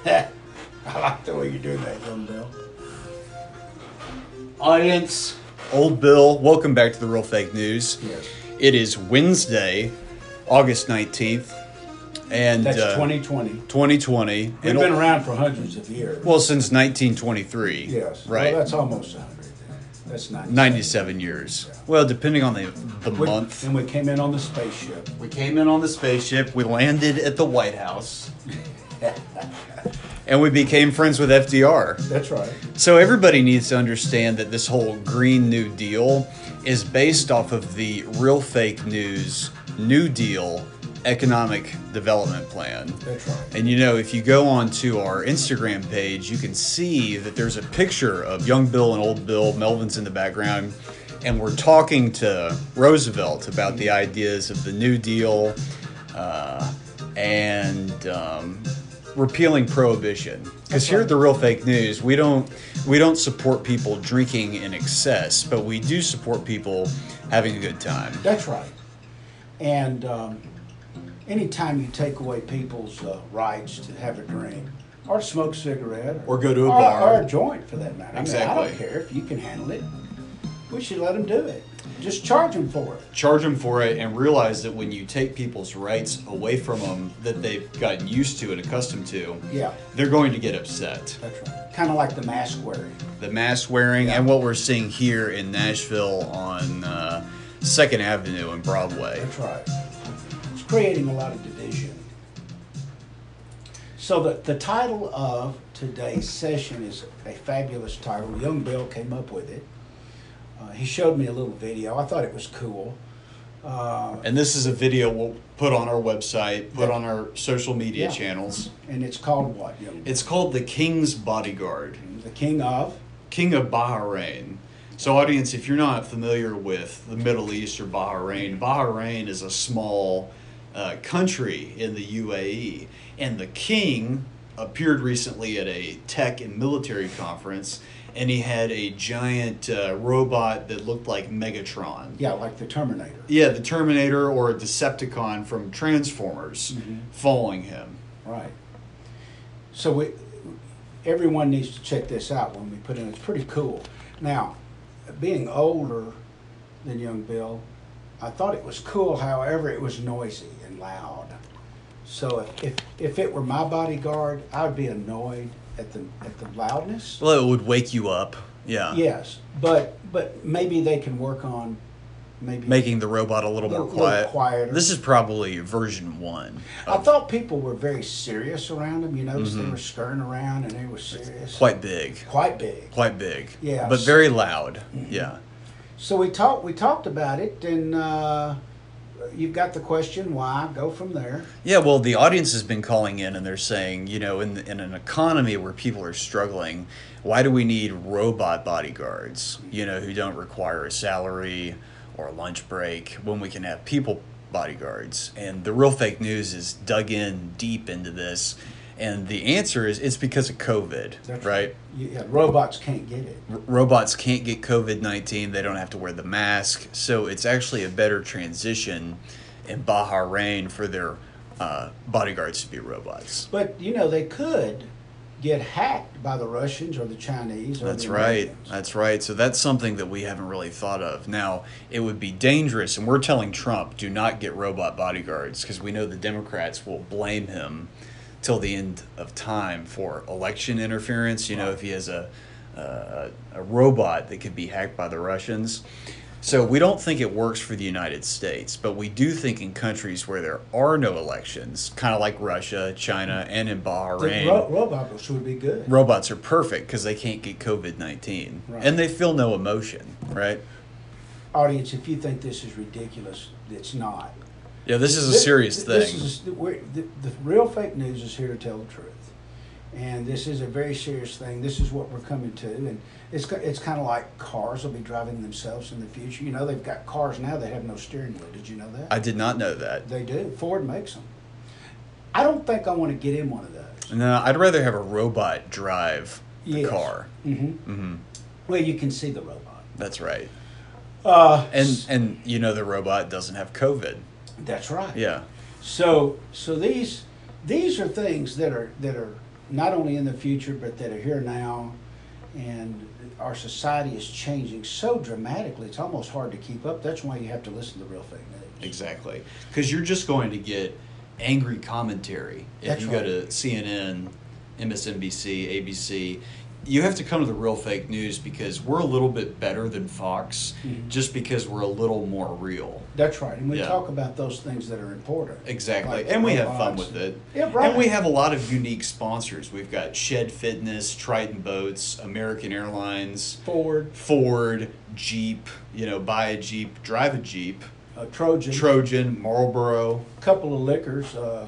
I like the way you do that. Young Bill. Audience. Old Bill, welcome back to the Real Fake News. Yes. It is Wednesday, August 19th, and That's uh, 2020. 2020. We've and been o- around for hundreds of years. well, since 1923. yes. Right. Well, that's almost 100. That's 97. 97 years. Well, depending on the, the We- month. And we came in on the spaceship. We came in on the spaceship, we landed at the White House, and we became friends with FDR. That's right. So everybody needs to understand that this whole Green New Deal is based off of the real fake news New Deal economic development plan. That's right. And you know, if you go onto our Instagram page, you can see that there's a picture of young Bill and old Bill. Melvin's in the background. And we're talking to Roosevelt about the ideas of the New Deal uh, and um, repealing prohibition. Because here at the Real Fake News, we don't we don't support people drinking in excess, but we do support people having a good time. That's right. And um, anytime you take away people's uh, rights to have a drink or smoke a cigarette Or go to a bar. or, a joint for that matter, I, mean, I Exactly. don't care if you can handle it. We should let them do it. Just charge them for it. charge them for it and realize that when you take people's rights away from them that they've gotten used to and accustomed to Yeah. they're going to get upset That's right. Kind of like the mask wearing. the mask wearing and what we're seeing here in nashville on uh, second avenue and broadway That's right. It's creating a lot of division. So the, the title of today's session is a fabulous title. Young Bill came up with it. Uh, he showed me a little video. I thought it was cool. Uh, and this is a video we'll put on our website put on our social media Yeah. channels and it's called what? Young Bill? it's called the king's bodyguard the King of. King of Bahrain. So, audience, if you're not familiar with the Middle East or Bahrain, Bahrain is a small uh, country in the UAE, and the king appeared recently at a tech and military conference, and he had a giant uh, robot that looked like Megatron. Yeah, like the Terminator. Yeah, the Terminator or a Decepticon from Transformers following him. Right. So we, everyone needs to check this out when we put in. It's pretty cool. Now, being older than young Bill, I thought it was cool. However, it was noisy and loud. So if if, if it were my bodyguard, I'd be annoyed at the at the loudness. Well, it would wake you up. Yeah. Yes, but but maybe they can work on maybe Making the robot a little more Little- little quiet. quieter. This is probably version one. I thought people were very serious around him. You notice they were skirting around and they were serious. quite big quite big. quite big Yeah. but very loud yeah So we talked. We talked about it, and uh, you've got the question why. Go from there. yeah well the audience has been calling in and they're saying you know in, in an economy where people are struggling why do we need robot bodyguards you know who don't require a salary or a lunch break when we can have people bodyguards and the real fake news is dug in deep into this and the answer is it's because of covid That's right You, yeah, robots can't get it. robots can't get COVID 19, they don't have to wear the mask. So it's actually a better transition in Bahrain for their uh, bodyguards to be robots. But you know they could get hacked by the Russians or the Chinese. Or That's the right. Americans. That's right. So that's something that we haven't really thought of. Now, it would be dangerous, and we're telling Trump do not get robot bodyguards because we know the Democrats will blame him till the end of time for election interference. You know, if he has a uh, a robot that could be hacked by the Russians. So we don't think it works for the United States, but we do think in countries where there are no elections, kind of like Russia, China, and in Bahrain, The ro- robots would be good. robots are perfect because they can't get COVID 19 Right. and they feel no emotion, right? Audience, if you think this is ridiculous, it's not. Yeah, this is a This- serious this thing. is- we're- the, the real fake news is here to tell the truth, and this is a very serious thing. This is what we're coming to, and it's ki- it's kind of like cars will be driving themselves in the future. You know, they've got cars now that have no steering wheel. Did you know that? I did not know that. they do. Ford makes them. I don't think I want to get in one of those. No, uh, I'd rather have a robot drive the Yes. car. Mm-hmm. Mm-hmm. Well, you can see the robot. That's right. Uh, And and you know the robot doesn't have COVID. that's right. Yeah. So so these these are things that are that are not only in the future, but that are here now. And our society is changing so dramatically, it's almost hard to keep up. That's why you have to listen to Real Fake News. Exactly. Because you're just going to get angry commentary if That's you right. go to CNN, MSNBC, ABC. You have to come to the real fake news because we're a little bit better than Fox Mhm. just because we're a little more real. That's right. And we Yeah. talk about those things that are important. Exactly. Like and we have fun robots. with it. Yeah, right. And we have a lot of unique sponsors. We've got Shed Fitness, Triton Boats, American Airlines, Ford, Ford, Jeep, you know, buy a Jeep, drive a Jeep, uh, Trojan, a Trojan, Marlboro, couple of liquors. Uh,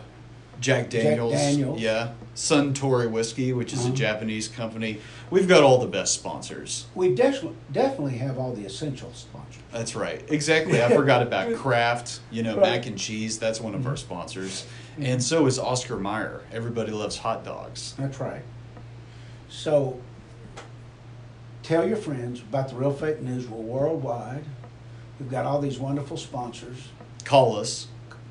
Jack Jack Daniels. Daniels. Yeah. Suntory Whiskey, which is Uh-huh. a Japanese company. We've got all the best sponsors. we definitely definitely have all the essential sponsors. That's right. Exactly. I forgot about Kraft, you know, Right. Mm-hmm. mac and cheese. That's one of our sponsors. And so is Oscar Mayer. Everybody loves hot dogs. That's right. So tell your friends about the Real Fake News. We're worldwide. We've got all these wonderful sponsors. Call us,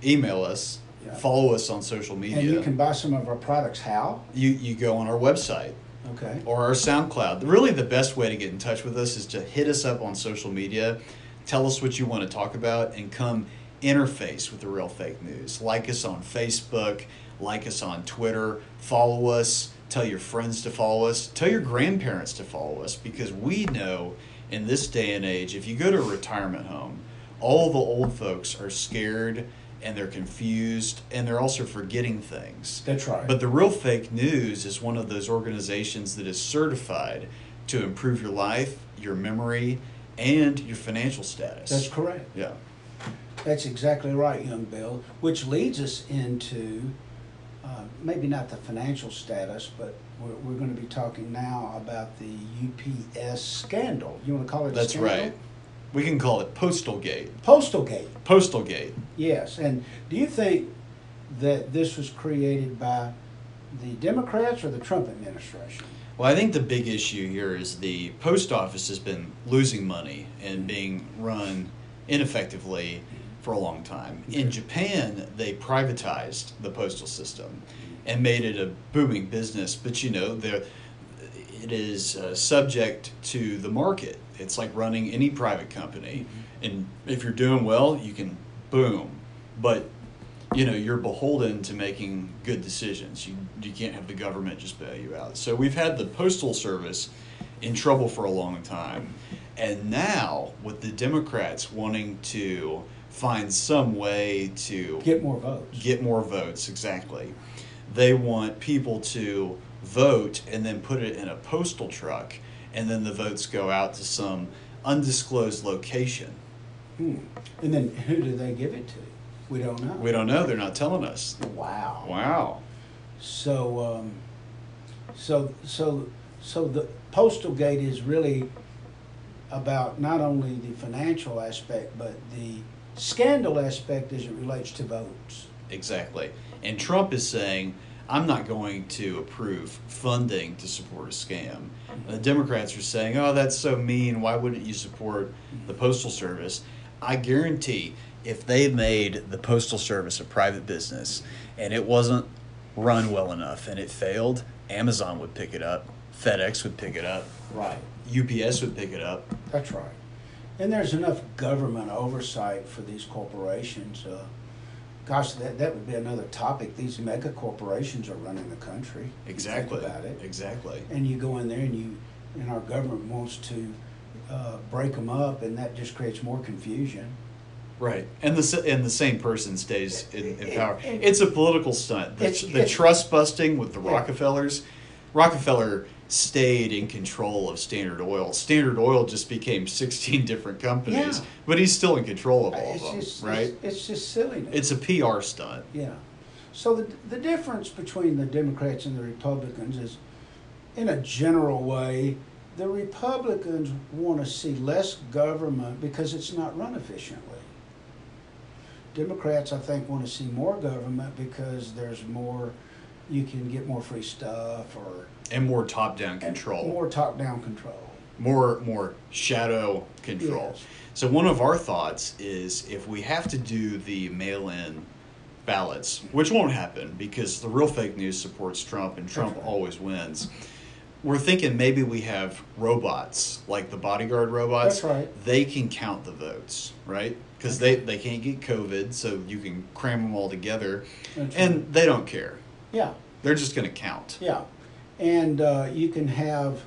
email us, Yeah. follow us on social media. And you can buy some of our products. How? you, you go on our website Okay. or our SoundCloud. Really, the best way to get in touch with us is to hit us up on social media, tell us what you want to talk about, and come interface with the real fake news. Like us on Facebook, like us on Twitter, follow us, tell your friends to follow us, tell your grandparents to follow us, because we know in this day and age, if you go to a retirement home, all the old folks are scared and they're confused and they're also forgetting things. That's right. But the real fake news is one of those organizations that is certified to improve your life, your memory, and your financial status. That's correct. yeah. That's exactly right, young Bill. Which leads us into uh, maybe not the financial status, but we're, we're going to be talking now about the UPS scandal. You want to call it? a That's scandal? right. We can call it Postal Gate. Postal gate. Postal Gate. Yes, and do you think that this was created by the Democrats or the Trump administration? Well, I think the big issue here is the post office has been losing money and being run ineffectively for a long time. In Japan, they privatized the postal system and made it a booming business, but you know, there it is uh, subject to the market. It's like running any private company. And if you're doing well, you can boom. But you know you're beholden to making good decisions. You you can't have the government just bail you out. So we've had the postal service in trouble for a long time, and now with the Democrats wanting to find some way to Get more votes. get more votes exactly, they want people to vote and then put it in a postal truck, and then the votes go out to some undisclosed location. Hmm. And then who do they give it to? We don't know. We don't know. They're not telling us. wow. Wow. So, um, so, so, so the postal gate is really about not only the financial aspect, but the scandal aspect as it relates to votes. Exactly. And Trump is saying, I'm not going to approve funding to support a scam. The Democrats are saying, oh, that's so mean. Why wouldn't you support the Postal Service? I guarantee if they made the Postal Service a private business and it wasn't run well enough and it failed, Amazon would pick it up, FedEx would pick it up, Right. UPS would pick it up. That's right. And there's enough government oversight for these corporations. Uh, gosh, that, that would be another topic. These mega corporations are running the country. If you think Exactly. about it. Exactly. And you go in there and you, and our government wants to uh, break them up, and that just creates more confusion. Right, and the s- and the same person stays in, in power. It- it- It's a political stunt. The, It's- the it's- trust busting with the Yeah. Rockefellers. Rockefeller stayed in control of Standard Oil. Standard Oil just became sixteen different companies, Yeah. but he's still in control of all it's of them. just, right? It's, it's just silliness. It's, a PR stunt. yeah. So the the difference between the Democrats and the Republicans is, in a general way, the Republicans want to see less government because it's not run efficiently. Democrats, I think, want to see more government because there's more, you can get more free stuff or And more top down control. more top down control. more more shadow control. Yes. So one of our thoughts is if we have to do the mail in ballots, which won't happen because the real fake news supports Trump and Trump That's right. always wins. We're thinking maybe we have robots like the bodyguard robots. That's right. They can count the votes, right? Because they, they can't get COVID, so you can cram them all together. That's and they don't care. Yeah, They're just going to count. yeah. And uh, you can have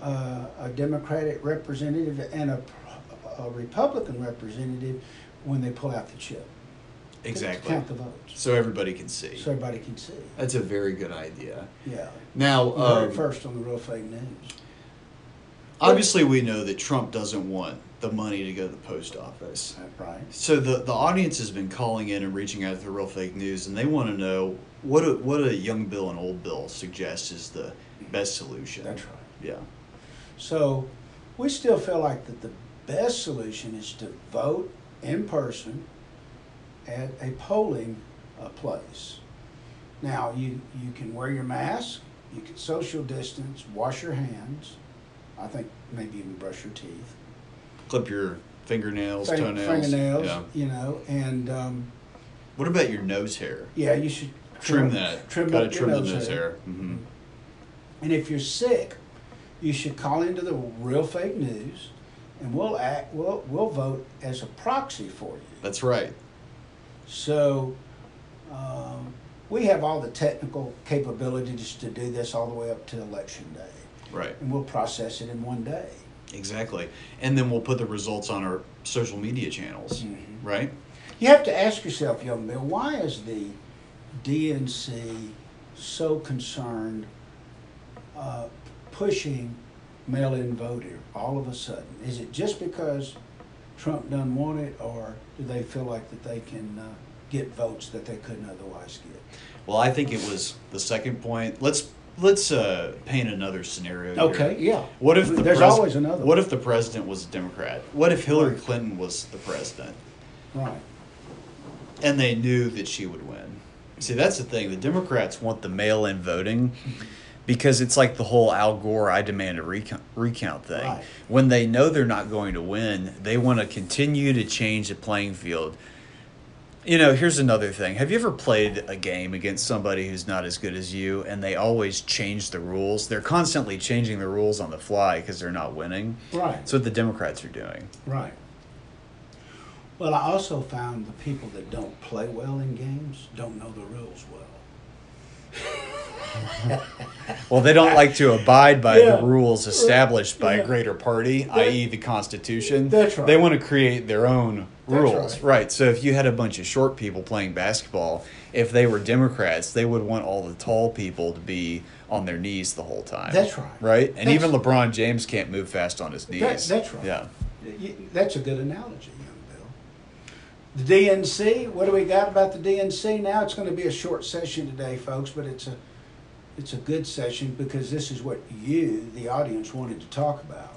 uh, a Democratic representative and a, a Republican representative when they pull out the chip. to- To Exactly. count the votes, So everybody can see. so everybody can see. That's a very good idea. Yeah. Now, You heard it um, first on the Real Fake News. obviously, we know that Trump doesn't want the money to go to the post office. Right. So the, the audience has been calling in and reaching out to the real fake news, and they want to know what a, what a young Bill and old Bill suggests is the best solution. That's right. Yeah. So we still feel like that the best solution is to vote in person at a polling uh, place. Now you, you can wear your mask, you can social distance, wash your hands. I think maybe even brush your teeth, Clip your fingernails, Fing- toenails. fingernails, Yeah. you know, and um, What about your nose hair? yeah, you should Trim that. Trim, Gotta up your trim the nose hair. hmm And if you're sick, you should call into the real fake news, and we'll act. We'll we'll vote as a proxy for you. That's right. So um, we have all the technical capabilities to do this all the way up to election day, Right. and we'll process it in one day. Exactly. And then we'll put the results on our social media channels, Mhm. right? You have to ask yourself, young Bill, why is the DNC so concerned uh, pushing mail-in voter all of a sudden? Is it just because Trump doesn't want it, or do they feel like that they can uh, get votes that they couldn't otherwise get? Well, I think it was the second point. Let's let's uh, paint another scenario. here. Okay, yeah. What if the there's pres- always another? What if the president was a Democrat? What if Hillary Clinton was the president, right? and they knew that she would win? See, that's the thing. The Democrats want the mail-in voting because it's like the whole Al Gore "I demand a recount, recount" thing. Right. When they know they're not going to win, they want to continue to change the playing field. You know, here's another thing. Have you ever played a game against somebody who's not as good as you and they always change the rules? They're constantly changing the rules on the fly because they're not winning. Right. That's what the Democrats are doing. Right. Well, I also found the people that don't play well in games don't know the rules well. Well, they don't like to abide by Yeah. the rules established by Yeah. a greater party, i.e., the Constitution. That's right. They want to create their own That's rules. right. Right. So if you had a bunch of short people playing basketball, if they were Democrats, they would want all the tall people to be on their knees the whole time. That's right. Right? And That's- even LeBron James can't move fast on his knees. that's right. Yeah. Y- y- That's a good analogy, young Bill. The DNC, what do we got about the DNC now? It's going to be a short session today, folks, but it's a it's a good session because this is what you, the audience, wanted to talk about.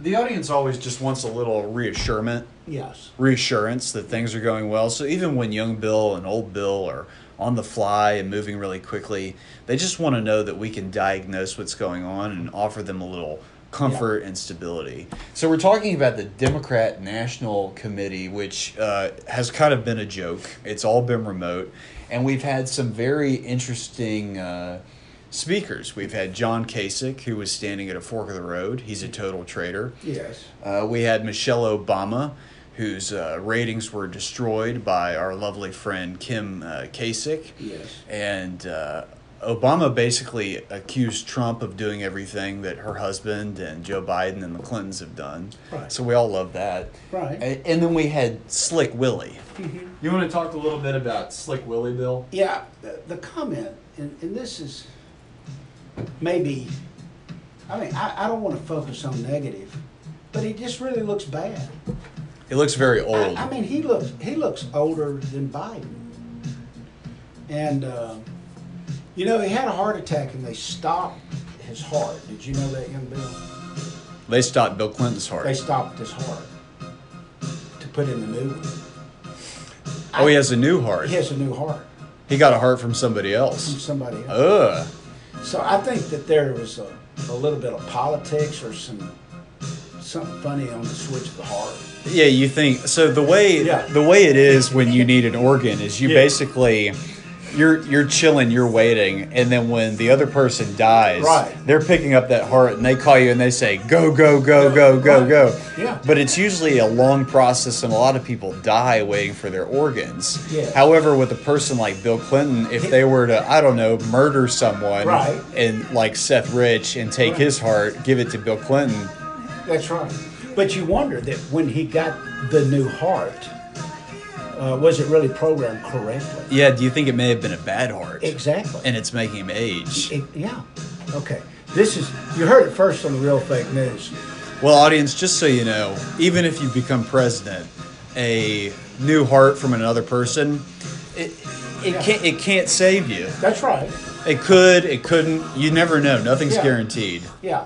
The audience always just wants a little reassurement Yes. reassurance that things are going well. So even when young Bill and old Bill are on the fly and moving really quickly, they just want to know that we can diagnose what's going on and offer them a little comfort and stability. So we're talking about the Democrat National Committee, which uh, has kind of been a joke. It's all been remote, and we've had some very interesting. Uh, Speakers. We've had John Kasich, who was standing at a fork of the road. He's a total traitor. Yes. Uh, we had Michelle Obama, whose uh, ratings were destroyed by our lovely friend Kim uh, Kasich. Yes. And uh, Obama basically accused Trump of doing everything that her husband and Joe Biden and the Clintons have done. Right. So we all love that. Right. Mm-hmm. And, and then we had Slick Willie. You want to talk a little bit about Slick Willie, Bill? Yeah, the, the comment, and, and this is maybe, I mean, I, I don't want to focus on negative, but he just really looks bad. It looks very I, old. I mean, he looks he looks older than Biden, and um, you know he had a heart attack and they stopped his heart. Did you know that, young Bill? they stopped Bill Clinton's heart. They stopped his heart to put in the new one. oh, he has a new heart. He has a new heart He got a heart from somebody from else. somebody else. Ugh. So I think that there was a, a little bit of politics or some something funny on the switch of the heart. Yeah, you think so. The way Yeah. the way it is when you need an organ is you Yeah. basically you're you're chilling, you're waiting, and then when the other person dies, Right. they're picking up that heart and they call you and they say go go go go go Right. go. Yeah. But it's usually a long process, and a lot of people die waiting for their organs. Yeah. However, with a person like Bill Clinton, if they were to I don't know murder someone, Right. and like Seth Rich and take Right. his heart, give it to Bill Clinton. That's right. But you wonder that when he got the new heart, uh, was it really programmed correctly? Yeah, do you think it may have been a bad heart? Exactly. And it's making him age. It- yeah. Okay. This is you heard it first on the real fake news. Well, audience, just so you know, even if you become president, a new heart from another person, it, it Yeah. can't it can't save you. That's right. It could, it couldn't. You never know. Nothing's Yeah. guaranteed. Yeah.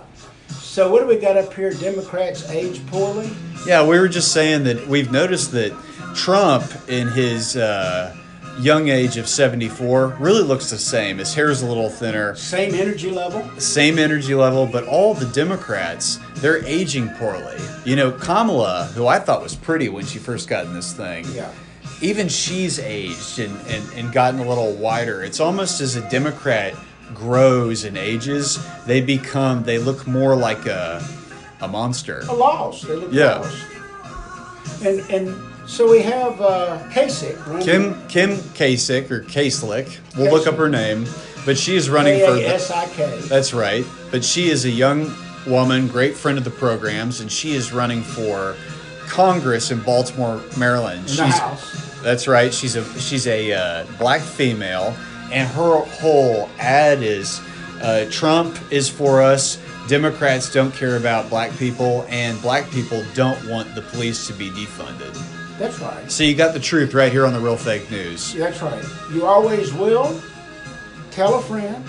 So what do we got up here? Democrats age poorly. Yeah, we were just saying that we've noticed that Trump, in his uh, young age of seventy four, really looks the same. His hair's a little thinner. Same energy level. same energy level, but all the Democrats, they're aging poorly. You know, Kamala, who I thought was pretty when she first got in this thing, Yeah. even she's aged and, and, and gotten a little wider. It's almost as a Democrat grows and ages, they become, they look more like a, a monster. A loss. They look Yeah. lost. And and so we have uh, Kasich. running- Kim Kim Kasich, or Kaslich, we'll look up her name, but she is running for. the- K-A-S-I-K. That's right. But she is a young woman, great friend of the programs, and she is running for Congress in Baltimore, Maryland. In the House. That's right. She's a she's a uh, black female, and her whole ad is uh, Trump is for us. Democrats don't care about black people, and black people don't want the police to be defunded. That's right. So you got the truth right here on the Real Fake News. That's right. You always will. Tell a friend.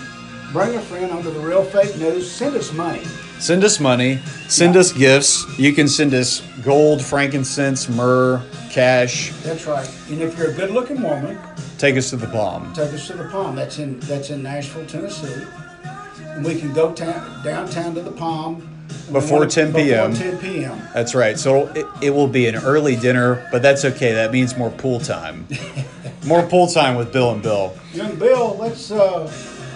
Bring a friend onto the real fake news. Send us money. Send us money. Send us gifts. You can send us gold, frankincense, myrrh, cash. That's right. And if you're a good-looking woman, Take us to the bomb. take us to the Palm. That's in that's in Nashville, Tennessee. And we can go ta- downtown to the Palm And we Before wanna- 10 p.m.. Before 10 p.m. That's right. So it, it will be an early dinner, but that's okay. That means more pool time. more pool time with Bill and Bill. Young Bill, let's uh,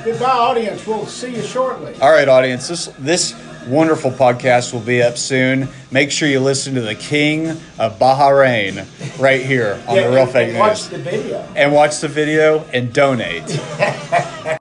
goodbye, audience. We'll see you shortly. All right, audience. This this wonderful podcast will be up soon. Make sure you listen to the King of Bahrain right here on Yeah, the Real and- Fake and News. Watch the video. and watch the video and donate.